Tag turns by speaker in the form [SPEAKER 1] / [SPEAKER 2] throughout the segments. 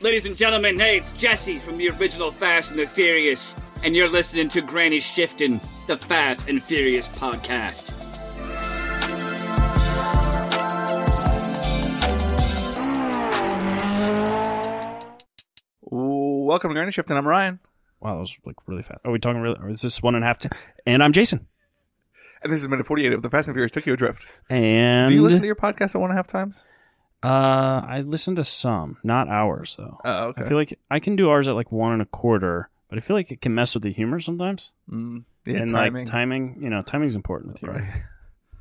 [SPEAKER 1] Ladies and gentlemen, hey, it's Jesse from the original Fast and the Furious, and you're listening to Granny Shifton, the Fast and Furious podcast.
[SPEAKER 2] Welcome to Granny Shift, and I'm Ryan.
[SPEAKER 3] Wow, that was like really fast. Are we talking really? Or is this one and a half? T- and I'm Jason.
[SPEAKER 2] And this is minute 48 of the Fast and Furious Tokyo Drift.
[SPEAKER 3] And
[SPEAKER 2] Do you listen to your podcast at one and a half times?
[SPEAKER 3] uh, I listen to some, not ours though.
[SPEAKER 2] Oh, okay.
[SPEAKER 3] I feel like I can do ours at like one and a quarter, but I feel like it can mess with the humor sometimes.
[SPEAKER 2] Mm, yeah,
[SPEAKER 3] and
[SPEAKER 2] timing.
[SPEAKER 3] like timing, you know, timing's important with humor.
[SPEAKER 2] Right.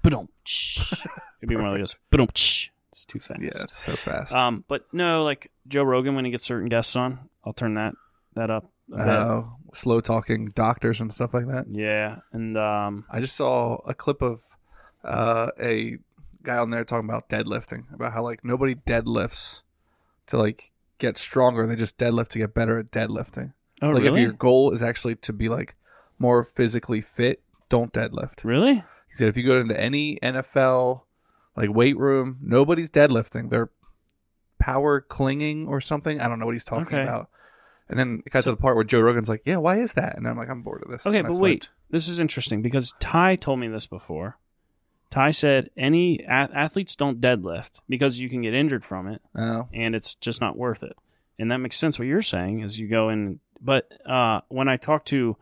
[SPEAKER 3] Ba-dum-tsh. It'd be more like this. Ba-dum-tsh. It's too fast.
[SPEAKER 2] Yeah, it's so fast.
[SPEAKER 3] Um, but no, like Joe Rogan when he gets certain guests on, I'll turn that that up. a bit.
[SPEAKER 2] Oh, slow talking doctors and stuff like that.
[SPEAKER 3] yeah, and um,
[SPEAKER 2] I just saw a clip of uh, a guy on there talking about deadlifting, about how like nobody deadlifts to like get stronger; they just deadlift to get better at deadlifting.
[SPEAKER 3] oh
[SPEAKER 2] like
[SPEAKER 3] really?
[SPEAKER 2] if your goal is actually to be like more physically fit, don't deadlift.
[SPEAKER 3] Really?
[SPEAKER 2] He said if you go into any NFL like weight room, nobody's deadlifting; they're power clinging or something. I don't know what he's talking
[SPEAKER 3] Okay.
[SPEAKER 2] about. And then it got to the part where Joe Rogan's like, "Yeah, why is that?" And I'm like, "I'm bored of this."
[SPEAKER 3] Okay,
[SPEAKER 2] And I
[SPEAKER 3] but
[SPEAKER 2] switched.
[SPEAKER 3] wait. This is interesting because Ty told me this before. Ty said any a- athletes don't deadlift because you can get injured from it
[SPEAKER 2] Oh,
[SPEAKER 3] and it's just not worth it. And that makes sense what you're saying is you go in but uh when I talk to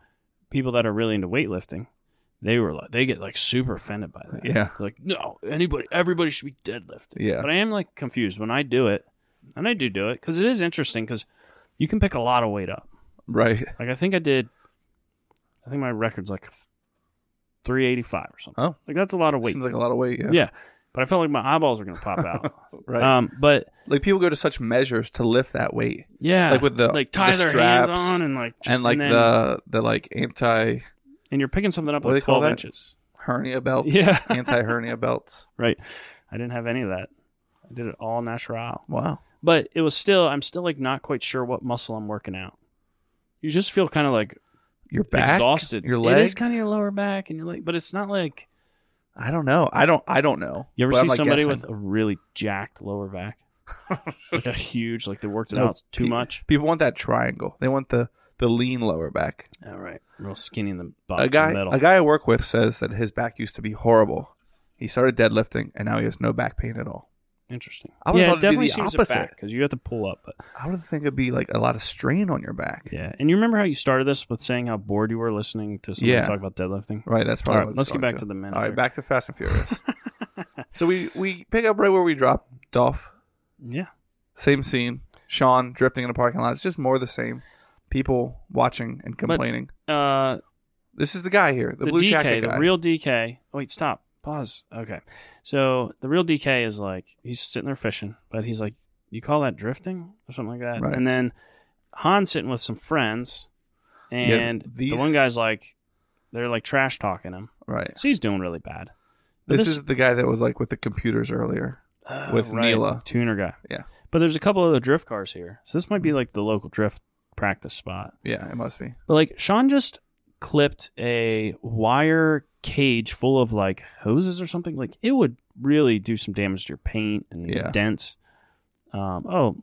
[SPEAKER 3] people that are really into weightlifting, they were like they get like super offended by that.
[SPEAKER 2] yeah,
[SPEAKER 3] They're like no, anybody everybody should be deadlifting.
[SPEAKER 2] yeah.
[SPEAKER 3] But I am like confused when I do it. And I do do it cuz it is interesting cuz you can pick a lot of weight up.
[SPEAKER 2] Right.
[SPEAKER 3] Like I think I did. I think my record's like three eighty five or something.
[SPEAKER 2] Oh.
[SPEAKER 3] like that's a lot of weight.
[SPEAKER 2] Seems like a lot of weight. Yeah.
[SPEAKER 3] yeah. but I felt like my eyeballs were gonna pop out.
[SPEAKER 2] Right.
[SPEAKER 3] Um, but
[SPEAKER 2] like people go to such measures to lift that weight,
[SPEAKER 3] yeah,
[SPEAKER 2] Like with the-
[SPEAKER 3] like tie
[SPEAKER 2] the
[SPEAKER 3] their
[SPEAKER 2] straps
[SPEAKER 3] hands on and like
[SPEAKER 2] and like
[SPEAKER 3] then-
[SPEAKER 2] the the like anti
[SPEAKER 3] and you're picking something up
[SPEAKER 2] what do
[SPEAKER 3] like
[SPEAKER 2] they call
[SPEAKER 3] twelve
[SPEAKER 2] that?
[SPEAKER 3] inches.
[SPEAKER 2] hernia belts.
[SPEAKER 3] Yeah.
[SPEAKER 2] anti hernia belts.
[SPEAKER 3] Right. I didn't have any of that. I did it all natural,
[SPEAKER 2] Wow.
[SPEAKER 3] but it was still. I'm still like not quite sure what muscle I'm working out. You just feel kind of like
[SPEAKER 2] Your back,
[SPEAKER 3] exhausted.
[SPEAKER 2] your
[SPEAKER 3] It
[SPEAKER 2] legs.
[SPEAKER 3] is kind of your lower back and your leg, but it's not like
[SPEAKER 2] I don't know. I don't. I don't know.
[SPEAKER 3] You ever
[SPEAKER 2] But
[SPEAKER 3] see
[SPEAKER 2] I'm, like,
[SPEAKER 3] somebody
[SPEAKER 2] guessing.
[SPEAKER 3] with a really jacked lower back? like a huge, like they worked it
[SPEAKER 2] No,
[SPEAKER 3] out too
[SPEAKER 2] pe-
[SPEAKER 3] much.
[SPEAKER 2] People want that triangle. They want the the lean lower back.
[SPEAKER 3] All right, real skinny in Oh, the bottom.
[SPEAKER 2] A guy,
[SPEAKER 3] middle.
[SPEAKER 2] a guy I work with says that his back used to be horrible. He started deadlifting, and now he has no back pain at all.
[SPEAKER 3] Interesting.
[SPEAKER 2] I would've
[SPEAKER 3] yeah,
[SPEAKER 2] thought
[SPEAKER 3] it
[SPEAKER 2] it'd be
[SPEAKER 3] definitely
[SPEAKER 2] the
[SPEAKER 3] seems
[SPEAKER 2] opposite.
[SPEAKER 3] because you have to pull up. But
[SPEAKER 2] I would think it'd be like a lot of strain on your back.
[SPEAKER 3] yeah, and you remember how you started this with saying how bored you were listening to someone
[SPEAKER 2] Yeah.
[SPEAKER 3] talk about deadlifting?
[SPEAKER 2] Right. That's
[SPEAKER 3] All
[SPEAKER 2] probably.
[SPEAKER 3] right,
[SPEAKER 2] what it's
[SPEAKER 3] let's get
[SPEAKER 2] going
[SPEAKER 3] back to, the minute.
[SPEAKER 2] All right,
[SPEAKER 3] here.
[SPEAKER 2] back to Fast and Furious. so we we pick up right where we dropped off.
[SPEAKER 3] Yeah,
[SPEAKER 2] Same scene. Sean drifting in a parking lot. It's just more of the same. People watching and complaining.
[SPEAKER 3] uh,
[SPEAKER 2] this is the guy here, the,
[SPEAKER 3] the,
[SPEAKER 2] blue
[SPEAKER 3] DK,
[SPEAKER 2] jacket
[SPEAKER 3] the
[SPEAKER 2] guy.
[SPEAKER 3] real DK. Oh, wait, stop. Pause. Okay, so the real DK is like he's sitting there fishing, but he's like, "You call that drifting or something like that?"
[SPEAKER 2] Right.
[SPEAKER 3] And then Han's sitting with some friends,
[SPEAKER 2] Yeah,
[SPEAKER 3] and the
[SPEAKER 2] these-
[SPEAKER 3] one guy's like, they're like trash talking him,
[SPEAKER 2] right.
[SPEAKER 3] so he's doing really bad. But
[SPEAKER 2] This, is the guy that was like with the computers earlier.
[SPEAKER 3] Oh,
[SPEAKER 2] with Neela.
[SPEAKER 3] tuner guy.
[SPEAKER 2] Yeah. Hmm.
[SPEAKER 3] but there's a couple other drift cars here, so this might be like the local drift practice spot.
[SPEAKER 2] Yeah, it must be.
[SPEAKER 3] But like Sean just clipped a wire cage full of like hoses or something. Like it would really do some damage to your paint and
[SPEAKER 2] Yeah.
[SPEAKER 3] dents. Um, oh,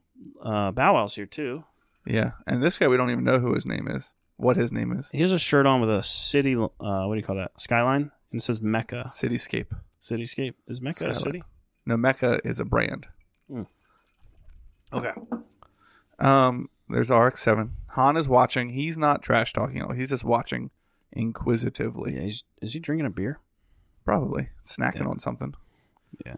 [SPEAKER 3] uh, Bow Wow's here too.
[SPEAKER 2] Yeah, and this guy we don't even know who his name is, what his name is.
[SPEAKER 3] He has a shirt on with a city. Uh, what do you call that? Skyline, and it says Mecca
[SPEAKER 2] Cityscape.
[SPEAKER 3] Cityscape. Is Mecca a
[SPEAKER 2] Skyline.
[SPEAKER 3] city?
[SPEAKER 2] No, Mecca is a brand.
[SPEAKER 3] Hmm. Okay.
[SPEAKER 2] Um, there's RX-7. Han is watching. He's not trash talking. at all. He's just watching inquisitively.
[SPEAKER 3] Yeah, he's, is he drinking a beer?
[SPEAKER 2] Probably snacking
[SPEAKER 3] Yeah.
[SPEAKER 2] on something.
[SPEAKER 3] Yeah.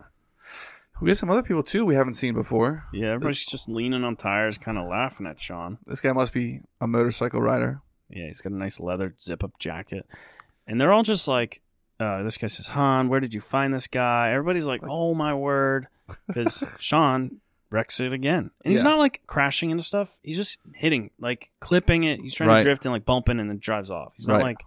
[SPEAKER 2] We got some other people too we haven't seen before.
[SPEAKER 3] Yeah, everybody's just leaning on tires, kind of laughing at Sean.
[SPEAKER 2] This guy must be a motorcycle rider.
[SPEAKER 3] Yeah, he's got a nice leather zip up jacket. And they're all just like, uh, this guy says, Han, where did you find this guy? Everybody's like, oh my word. Because Sean wrecks it again. And he's
[SPEAKER 2] Yeah.
[SPEAKER 3] not like crashing into stuff. He's just hitting, like clipping it. He's trying
[SPEAKER 2] Right.
[SPEAKER 3] to drift and like bumping and then drives off. He's not
[SPEAKER 2] Right.
[SPEAKER 3] like,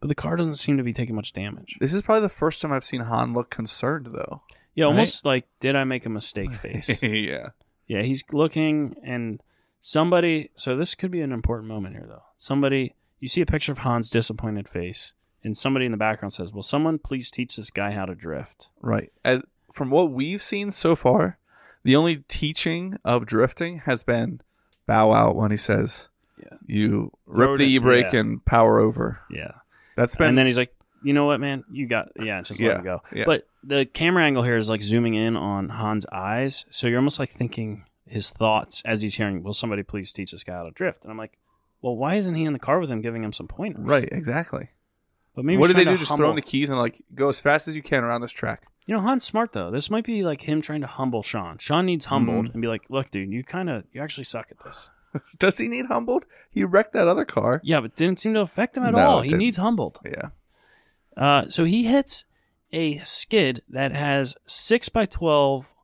[SPEAKER 3] but the car doesn't seem to be taking much damage.
[SPEAKER 2] This is probably the first time I've seen Han look concerned though.
[SPEAKER 3] Yeah,
[SPEAKER 2] Right.
[SPEAKER 3] almost like, did I make a mistake face?
[SPEAKER 2] yeah.
[SPEAKER 3] Yeah, he's looking and somebody so this could be an important moment here though. Somebody you see a picture of Han's disappointed face and somebody in the background says, "Will someone please teach this guy how to drift?"
[SPEAKER 2] Right. As from what we've seen so far, the only teaching of drifting has been bow out when he says,
[SPEAKER 3] Yeah.
[SPEAKER 2] "You
[SPEAKER 3] Throw
[SPEAKER 2] rip
[SPEAKER 3] it
[SPEAKER 2] the
[SPEAKER 3] in-
[SPEAKER 2] e brake
[SPEAKER 3] yeah.
[SPEAKER 2] and power over."
[SPEAKER 3] Yeah.
[SPEAKER 2] That's been
[SPEAKER 3] and then he's like, you know what, man? You got, yeah, just let
[SPEAKER 2] Yeah,
[SPEAKER 3] him go.
[SPEAKER 2] yeah.
[SPEAKER 3] But the camera angle here is like zooming in on Han's eyes. So you're almost like thinking his thoughts as he's hearing, will somebody please teach this guy how to drift? And I'm like, well, why isn't he in the car with him giving him some pointers?
[SPEAKER 2] right, exactly.
[SPEAKER 3] But maybe
[SPEAKER 2] what
[SPEAKER 3] he's
[SPEAKER 2] did they
[SPEAKER 3] trying
[SPEAKER 2] do?
[SPEAKER 3] to
[SPEAKER 2] Just
[SPEAKER 3] humble.
[SPEAKER 2] throw in the keys and like go as fast as you can around this track.
[SPEAKER 3] You know, Han's smart though. This might be like him trying to humble Sean. Sean needs humbled
[SPEAKER 2] Mm.
[SPEAKER 3] and be like, look, dude, you kind of, you actually suck at this.
[SPEAKER 2] Does he need humbled? He wrecked that other car.
[SPEAKER 3] Yeah, but didn't seem to affect him at
[SPEAKER 2] No,
[SPEAKER 3] all.
[SPEAKER 2] it
[SPEAKER 3] He
[SPEAKER 2] didn't.
[SPEAKER 3] needs humbled.
[SPEAKER 2] Yeah,
[SPEAKER 3] Uh, so he hits a skid that has six by twelve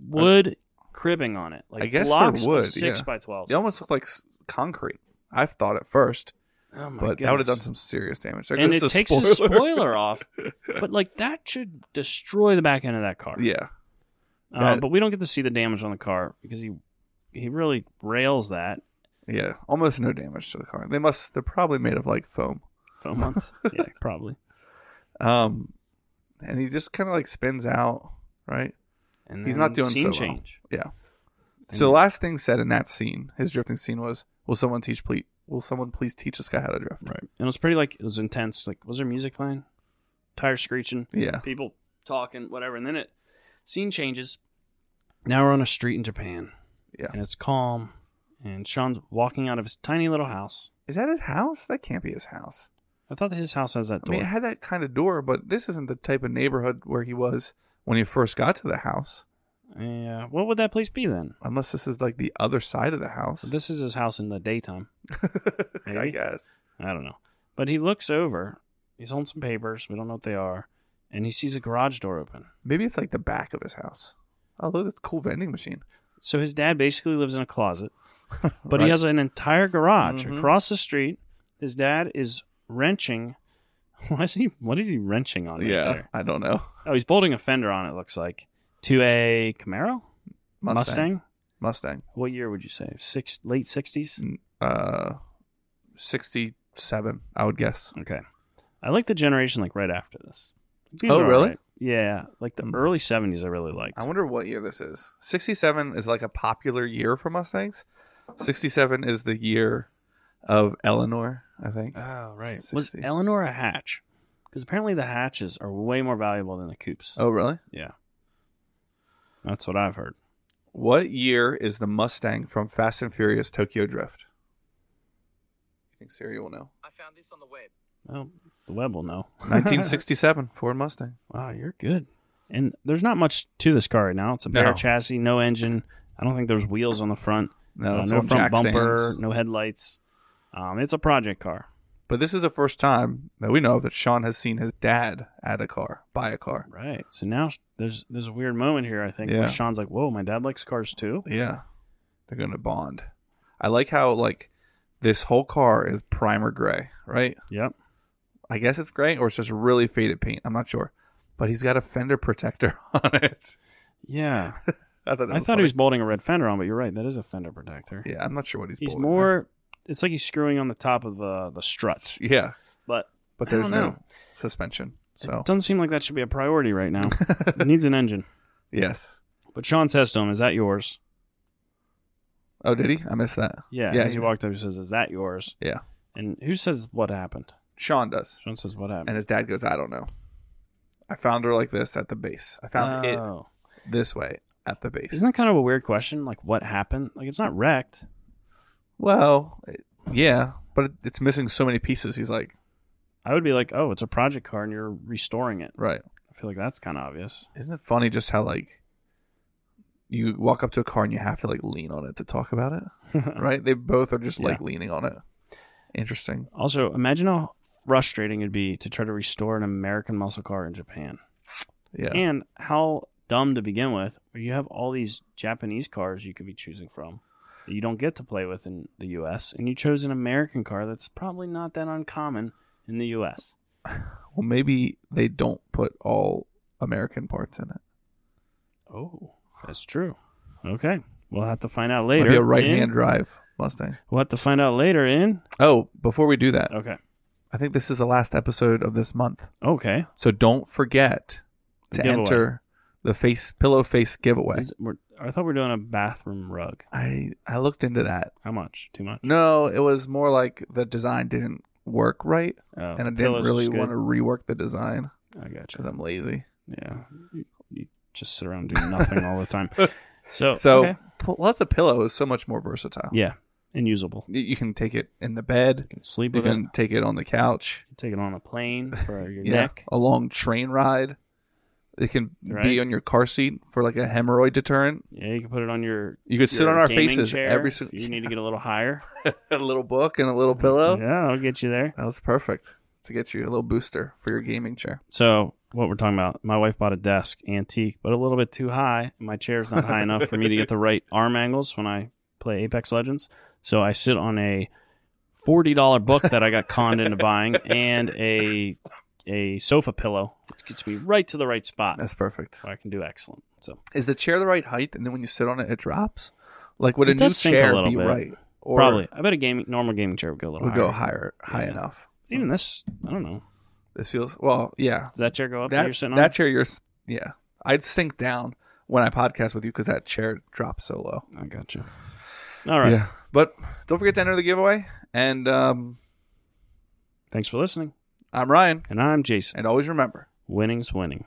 [SPEAKER 3] wood cribbing on it, like
[SPEAKER 2] I guess they're
[SPEAKER 3] blocks of
[SPEAKER 2] wood,
[SPEAKER 3] six
[SPEAKER 2] yeah.
[SPEAKER 3] by twelve.
[SPEAKER 2] it almost looked like s- concrete. I thought at first,
[SPEAKER 3] Oh my
[SPEAKER 2] but that would
[SPEAKER 3] goodness.
[SPEAKER 2] have done some serious damage. There
[SPEAKER 3] And
[SPEAKER 2] goes
[SPEAKER 3] it
[SPEAKER 2] the
[SPEAKER 3] takes
[SPEAKER 2] spoiler.
[SPEAKER 3] his spoiler off, but like that should destroy the back end of that car.
[SPEAKER 2] yeah,
[SPEAKER 3] Uh,
[SPEAKER 2] that-
[SPEAKER 3] but we don't get to see the damage on the car because he he really rails that.
[SPEAKER 2] yeah, almost no damage to the car. They must. They're probably made of like foam.
[SPEAKER 3] Foam months, yeah, probably.
[SPEAKER 2] Um, and he just kind of like spins out, right?
[SPEAKER 3] And
[SPEAKER 2] He's
[SPEAKER 3] then
[SPEAKER 2] not doing
[SPEAKER 3] scene
[SPEAKER 2] so well.
[SPEAKER 3] change.
[SPEAKER 2] Yeah. So the last thing said in that scene, his drifting scene was, "Will someone teach please? Will someone please teach this guy how to drift?"
[SPEAKER 3] Right, and it was pretty like it was intense. Like, was there music playing? Tires screeching.
[SPEAKER 2] Yeah.
[SPEAKER 3] people talking, whatever. And then it scene changes. Now we're on a street in Japan.
[SPEAKER 2] Yeah.
[SPEAKER 3] And it's calm. And Sean's walking out of his tiny little house.
[SPEAKER 2] Is that his house? That can't be his house.
[SPEAKER 3] I thought that his house has that
[SPEAKER 2] I
[SPEAKER 3] door.
[SPEAKER 2] mean, it had that kind of door, but this isn't the type of neighborhood where he was when he first got to the house.
[SPEAKER 3] yeah. What would that place be then?
[SPEAKER 2] Unless this is like the other side of the house.
[SPEAKER 3] This is his house in the daytime.
[SPEAKER 2] I
[SPEAKER 3] maybe?
[SPEAKER 2] guess.
[SPEAKER 3] I don't know. But he looks over. He's holding some papers. We don't know what they are. And he sees a garage door open.
[SPEAKER 2] Maybe it's like the back of his house. Oh, look, it's a cool vending machine.
[SPEAKER 3] So his dad basically lives in a closet, but he
[SPEAKER 2] Right.
[SPEAKER 3] has an entire garage
[SPEAKER 2] Mhm.
[SPEAKER 3] across the street. His dad is wrenching. Why is he? What is he wrenching on? Right
[SPEAKER 2] yeah,
[SPEAKER 3] There?
[SPEAKER 2] I don't know.
[SPEAKER 3] Oh, he's bolting a fender on. It looks like to a Camaro
[SPEAKER 2] Mustang. Mustang.
[SPEAKER 3] What year would you say? Six late sixties.
[SPEAKER 2] Uh, sixty-seven, I would guess.
[SPEAKER 3] Okay, I like the generation like right after this. These
[SPEAKER 2] Oh,
[SPEAKER 3] are all
[SPEAKER 2] really?
[SPEAKER 3] right. Yeah, like the
[SPEAKER 2] Hmm.
[SPEAKER 3] early seventies. I really liked.
[SPEAKER 2] I wonder what year this is. 67 is like a popular year for Mustangs. 67 is the year of Eleanor, I think.
[SPEAKER 3] oh
[SPEAKER 2] right.
[SPEAKER 3] Was
[SPEAKER 2] 60.
[SPEAKER 3] Eleanor a hatch? Because apparently the hatches are way more valuable than the coupes.
[SPEAKER 2] Oh, really?
[SPEAKER 3] Yeah. That's what I've heard.
[SPEAKER 2] What year is the Mustang from Fast and Furious Tokyo Drift? I think Siri will know.
[SPEAKER 4] I found this on the web.
[SPEAKER 3] Well, the web will know.
[SPEAKER 2] 1967 Ford Mustang.
[SPEAKER 3] wow, you're good. And there's not much to this car right now. It's a bare
[SPEAKER 2] No.
[SPEAKER 3] chassis, no engine. I don't think there's wheels on the front.
[SPEAKER 2] No,
[SPEAKER 3] Uh,
[SPEAKER 2] it's
[SPEAKER 3] no
[SPEAKER 2] on
[SPEAKER 3] front
[SPEAKER 2] jack
[SPEAKER 3] bumper,
[SPEAKER 2] stands.
[SPEAKER 3] no headlights. Um, it's a project car,
[SPEAKER 2] But this is the first time that we know of that Sean has seen his dad at a car, buy a car.
[SPEAKER 3] right? So now sh- there's there's a weird moment here. I think
[SPEAKER 2] Yeah.
[SPEAKER 3] where Sean's like, "Whoa, my dad likes cars too."
[SPEAKER 2] Yeah. They're going to bond. I like how like this whole car is primer gray, right?
[SPEAKER 3] Yep.
[SPEAKER 2] I guess it's gray or it's just really faded paint. I'm not sure. But he's got a fender protector on it.
[SPEAKER 3] Yeah,
[SPEAKER 2] I thought, that
[SPEAKER 3] I
[SPEAKER 2] was
[SPEAKER 3] thought he was
[SPEAKER 2] funny.
[SPEAKER 3] bolting a red fender on, but you're right. That is a fender protector.
[SPEAKER 2] Yeah, I'm not sure what he's.
[SPEAKER 3] he's
[SPEAKER 2] bolting
[SPEAKER 3] more. It's like he's screwing on the top of uh, the the strut,
[SPEAKER 2] there. Yeah,
[SPEAKER 3] but
[SPEAKER 2] but
[SPEAKER 3] I don't
[SPEAKER 2] there's
[SPEAKER 3] know.
[SPEAKER 2] no suspension. So
[SPEAKER 3] It doesn't seem like that should be a priority right now. it needs an engine.
[SPEAKER 2] yes.
[SPEAKER 3] But Sean says to him, "Is that yours?"
[SPEAKER 2] Oh, did he? I missed that.
[SPEAKER 3] Yeah.
[SPEAKER 2] Yeah,
[SPEAKER 3] as he
[SPEAKER 2] he's-
[SPEAKER 3] walked up, he says, "Is that yours?"
[SPEAKER 2] Yeah,
[SPEAKER 3] And who says what happened?
[SPEAKER 2] Sean does,
[SPEAKER 3] Sean says, "What happened?"
[SPEAKER 2] and his dad goes, "I don't know. I found her like this at the base. I
[SPEAKER 3] Oh.
[SPEAKER 2] found it this way at the base.
[SPEAKER 3] Isn't that kind of a weird question? Like, what happened? Like, it's not wrecked.
[SPEAKER 2] well, it- yeah, but it, it's missing so many pieces. He's like,
[SPEAKER 3] I would be like, "Oh, it's a project car, and you're restoring it."
[SPEAKER 2] right.
[SPEAKER 3] I feel like that's kind of obvious.
[SPEAKER 2] Isn't it funny just how like you walk up to a car and you have to like lean on it to talk about it? right? They both are just like leaning on it. Interesting.
[SPEAKER 3] Also, imagine how frustrating it'd be to try to restore an American muscle car in Japan,
[SPEAKER 2] Yeah.
[SPEAKER 3] and how dumb to begin with. Where you have all these Japanese cars you could be choosing from that you don't get to play with in the U.S., and you chose an American car that's probably not that uncommon in the U.S.
[SPEAKER 2] well, maybe they don't put all American parts in it.
[SPEAKER 3] Oh, that's true. Okay, we'll have to find out later.
[SPEAKER 2] Maybe a right-hand
[SPEAKER 3] in-
[SPEAKER 2] drive Mustang.
[SPEAKER 3] We'll have to find out later in.
[SPEAKER 2] Oh, before we do that,
[SPEAKER 3] Okay.
[SPEAKER 2] I think this is the last episode of this month,
[SPEAKER 3] Okay.
[SPEAKER 2] so don't forget to
[SPEAKER 3] Giveaway.
[SPEAKER 2] enter the face pillow face giveaway.
[SPEAKER 3] Is- we're- I thought we were doing a bathroom rug.
[SPEAKER 2] I I looked into that.
[SPEAKER 3] How much? Too much?
[SPEAKER 2] No, it was more like the design didn't work right,
[SPEAKER 3] Oh,
[SPEAKER 2] and I
[SPEAKER 3] the
[SPEAKER 2] didn't
[SPEAKER 3] pillow's
[SPEAKER 2] really
[SPEAKER 3] good.
[SPEAKER 2] want to rework the design
[SPEAKER 3] I got
[SPEAKER 2] because
[SPEAKER 3] you.
[SPEAKER 2] I'm lazy.
[SPEAKER 3] Yeah, you, you just sit around doing nothing all the time. So,
[SPEAKER 2] So
[SPEAKER 3] Oh, okay.
[SPEAKER 2] plus the pillow is so much more versatile.
[SPEAKER 3] yeah, and usable.
[SPEAKER 2] Y- You can take it in the bed.
[SPEAKER 3] You can sleep
[SPEAKER 2] You
[SPEAKER 3] with
[SPEAKER 2] can take it on the couch.
[SPEAKER 3] it. Take it on a plane for your
[SPEAKER 2] Yeah,
[SPEAKER 3] neck.
[SPEAKER 2] a long train ride. It can
[SPEAKER 3] Right.
[SPEAKER 2] be on your car seat for like a hemorrhoid deterrent.
[SPEAKER 3] Yeah, you can put it on your.
[SPEAKER 2] You could sit
[SPEAKER 3] your
[SPEAKER 2] on our
[SPEAKER 3] gaming
[SPEAKER 2] faces
[SPEAKER 3] chair
[SPEAKER 2] every
[SPEAKER 3] if
[SPEAKER 2] single.
[SPEAKER 3] You need to get a little higher.
[SPEAKER 2] a little book and a little pillow.
[SPEAKER 3] Yeah, I'll get you there.
[SPEAKER 2] That was perfect to get you a little booster for your gaming chair.
[SPEAKER 3] So what we're talking about? My wife bought a desk, antique, but a little bit too high. My chair's not high enough for me to get the right arm angles when I play Apex Legends. So I sit on a forty dollar book that I got conned into buying, and a a sofa pillow, which gets me right to the right spot.
[SPEAKER 2] That's perfect.
[SPEAKER 3] So I can do excellent. So
[SPEAKER 2] Is the chair the right height? And then when you sit on it, it drops. Like would
[SPEAKER 3] It
[SPEAKER 2] a new
[SPEAKER 3] does sink a
[SPEAKER 2] chair
[SPEAKER 3] little
[SPEAKER 2] be
[SPEAKER 3] bit.
[SPEAKER 2] right? Or
[SPEAKER 3] probably, I bet a gaming normal gaming chair would go a little
[SPEAKER 2] would
[SPEAKER 3] higher.
[SPEAKER 2] go higher, high
[SPEAKER 3] Yeah.
[SPEAKER 2] enough.
[SPEAKER 3] Even this, I don't know.
[SPEAKER 2] This feels well, yeah.
[SPEAKER 3] Does that chair go up? That,
[SPEAKER 2] that
[SPEAKER 3] you're sitting on?
[SPEAKER 2] that chair, you're s- yeah. I'd sink down when I podcast with you because that chair drops so low.
[SPEAKER 3] I got you. All right.
[SPEAKER 2] Yeah, but don't forget to enter the giveaway. And um,
[SPEAKER 3] Thanks for listening.
[SPEAKER 2] I'm Ryan,
[SPEAKER 3] And I'm Jason.
[SPEAKER 2] and always remember.
[SPEAKER 3] Winning's winning.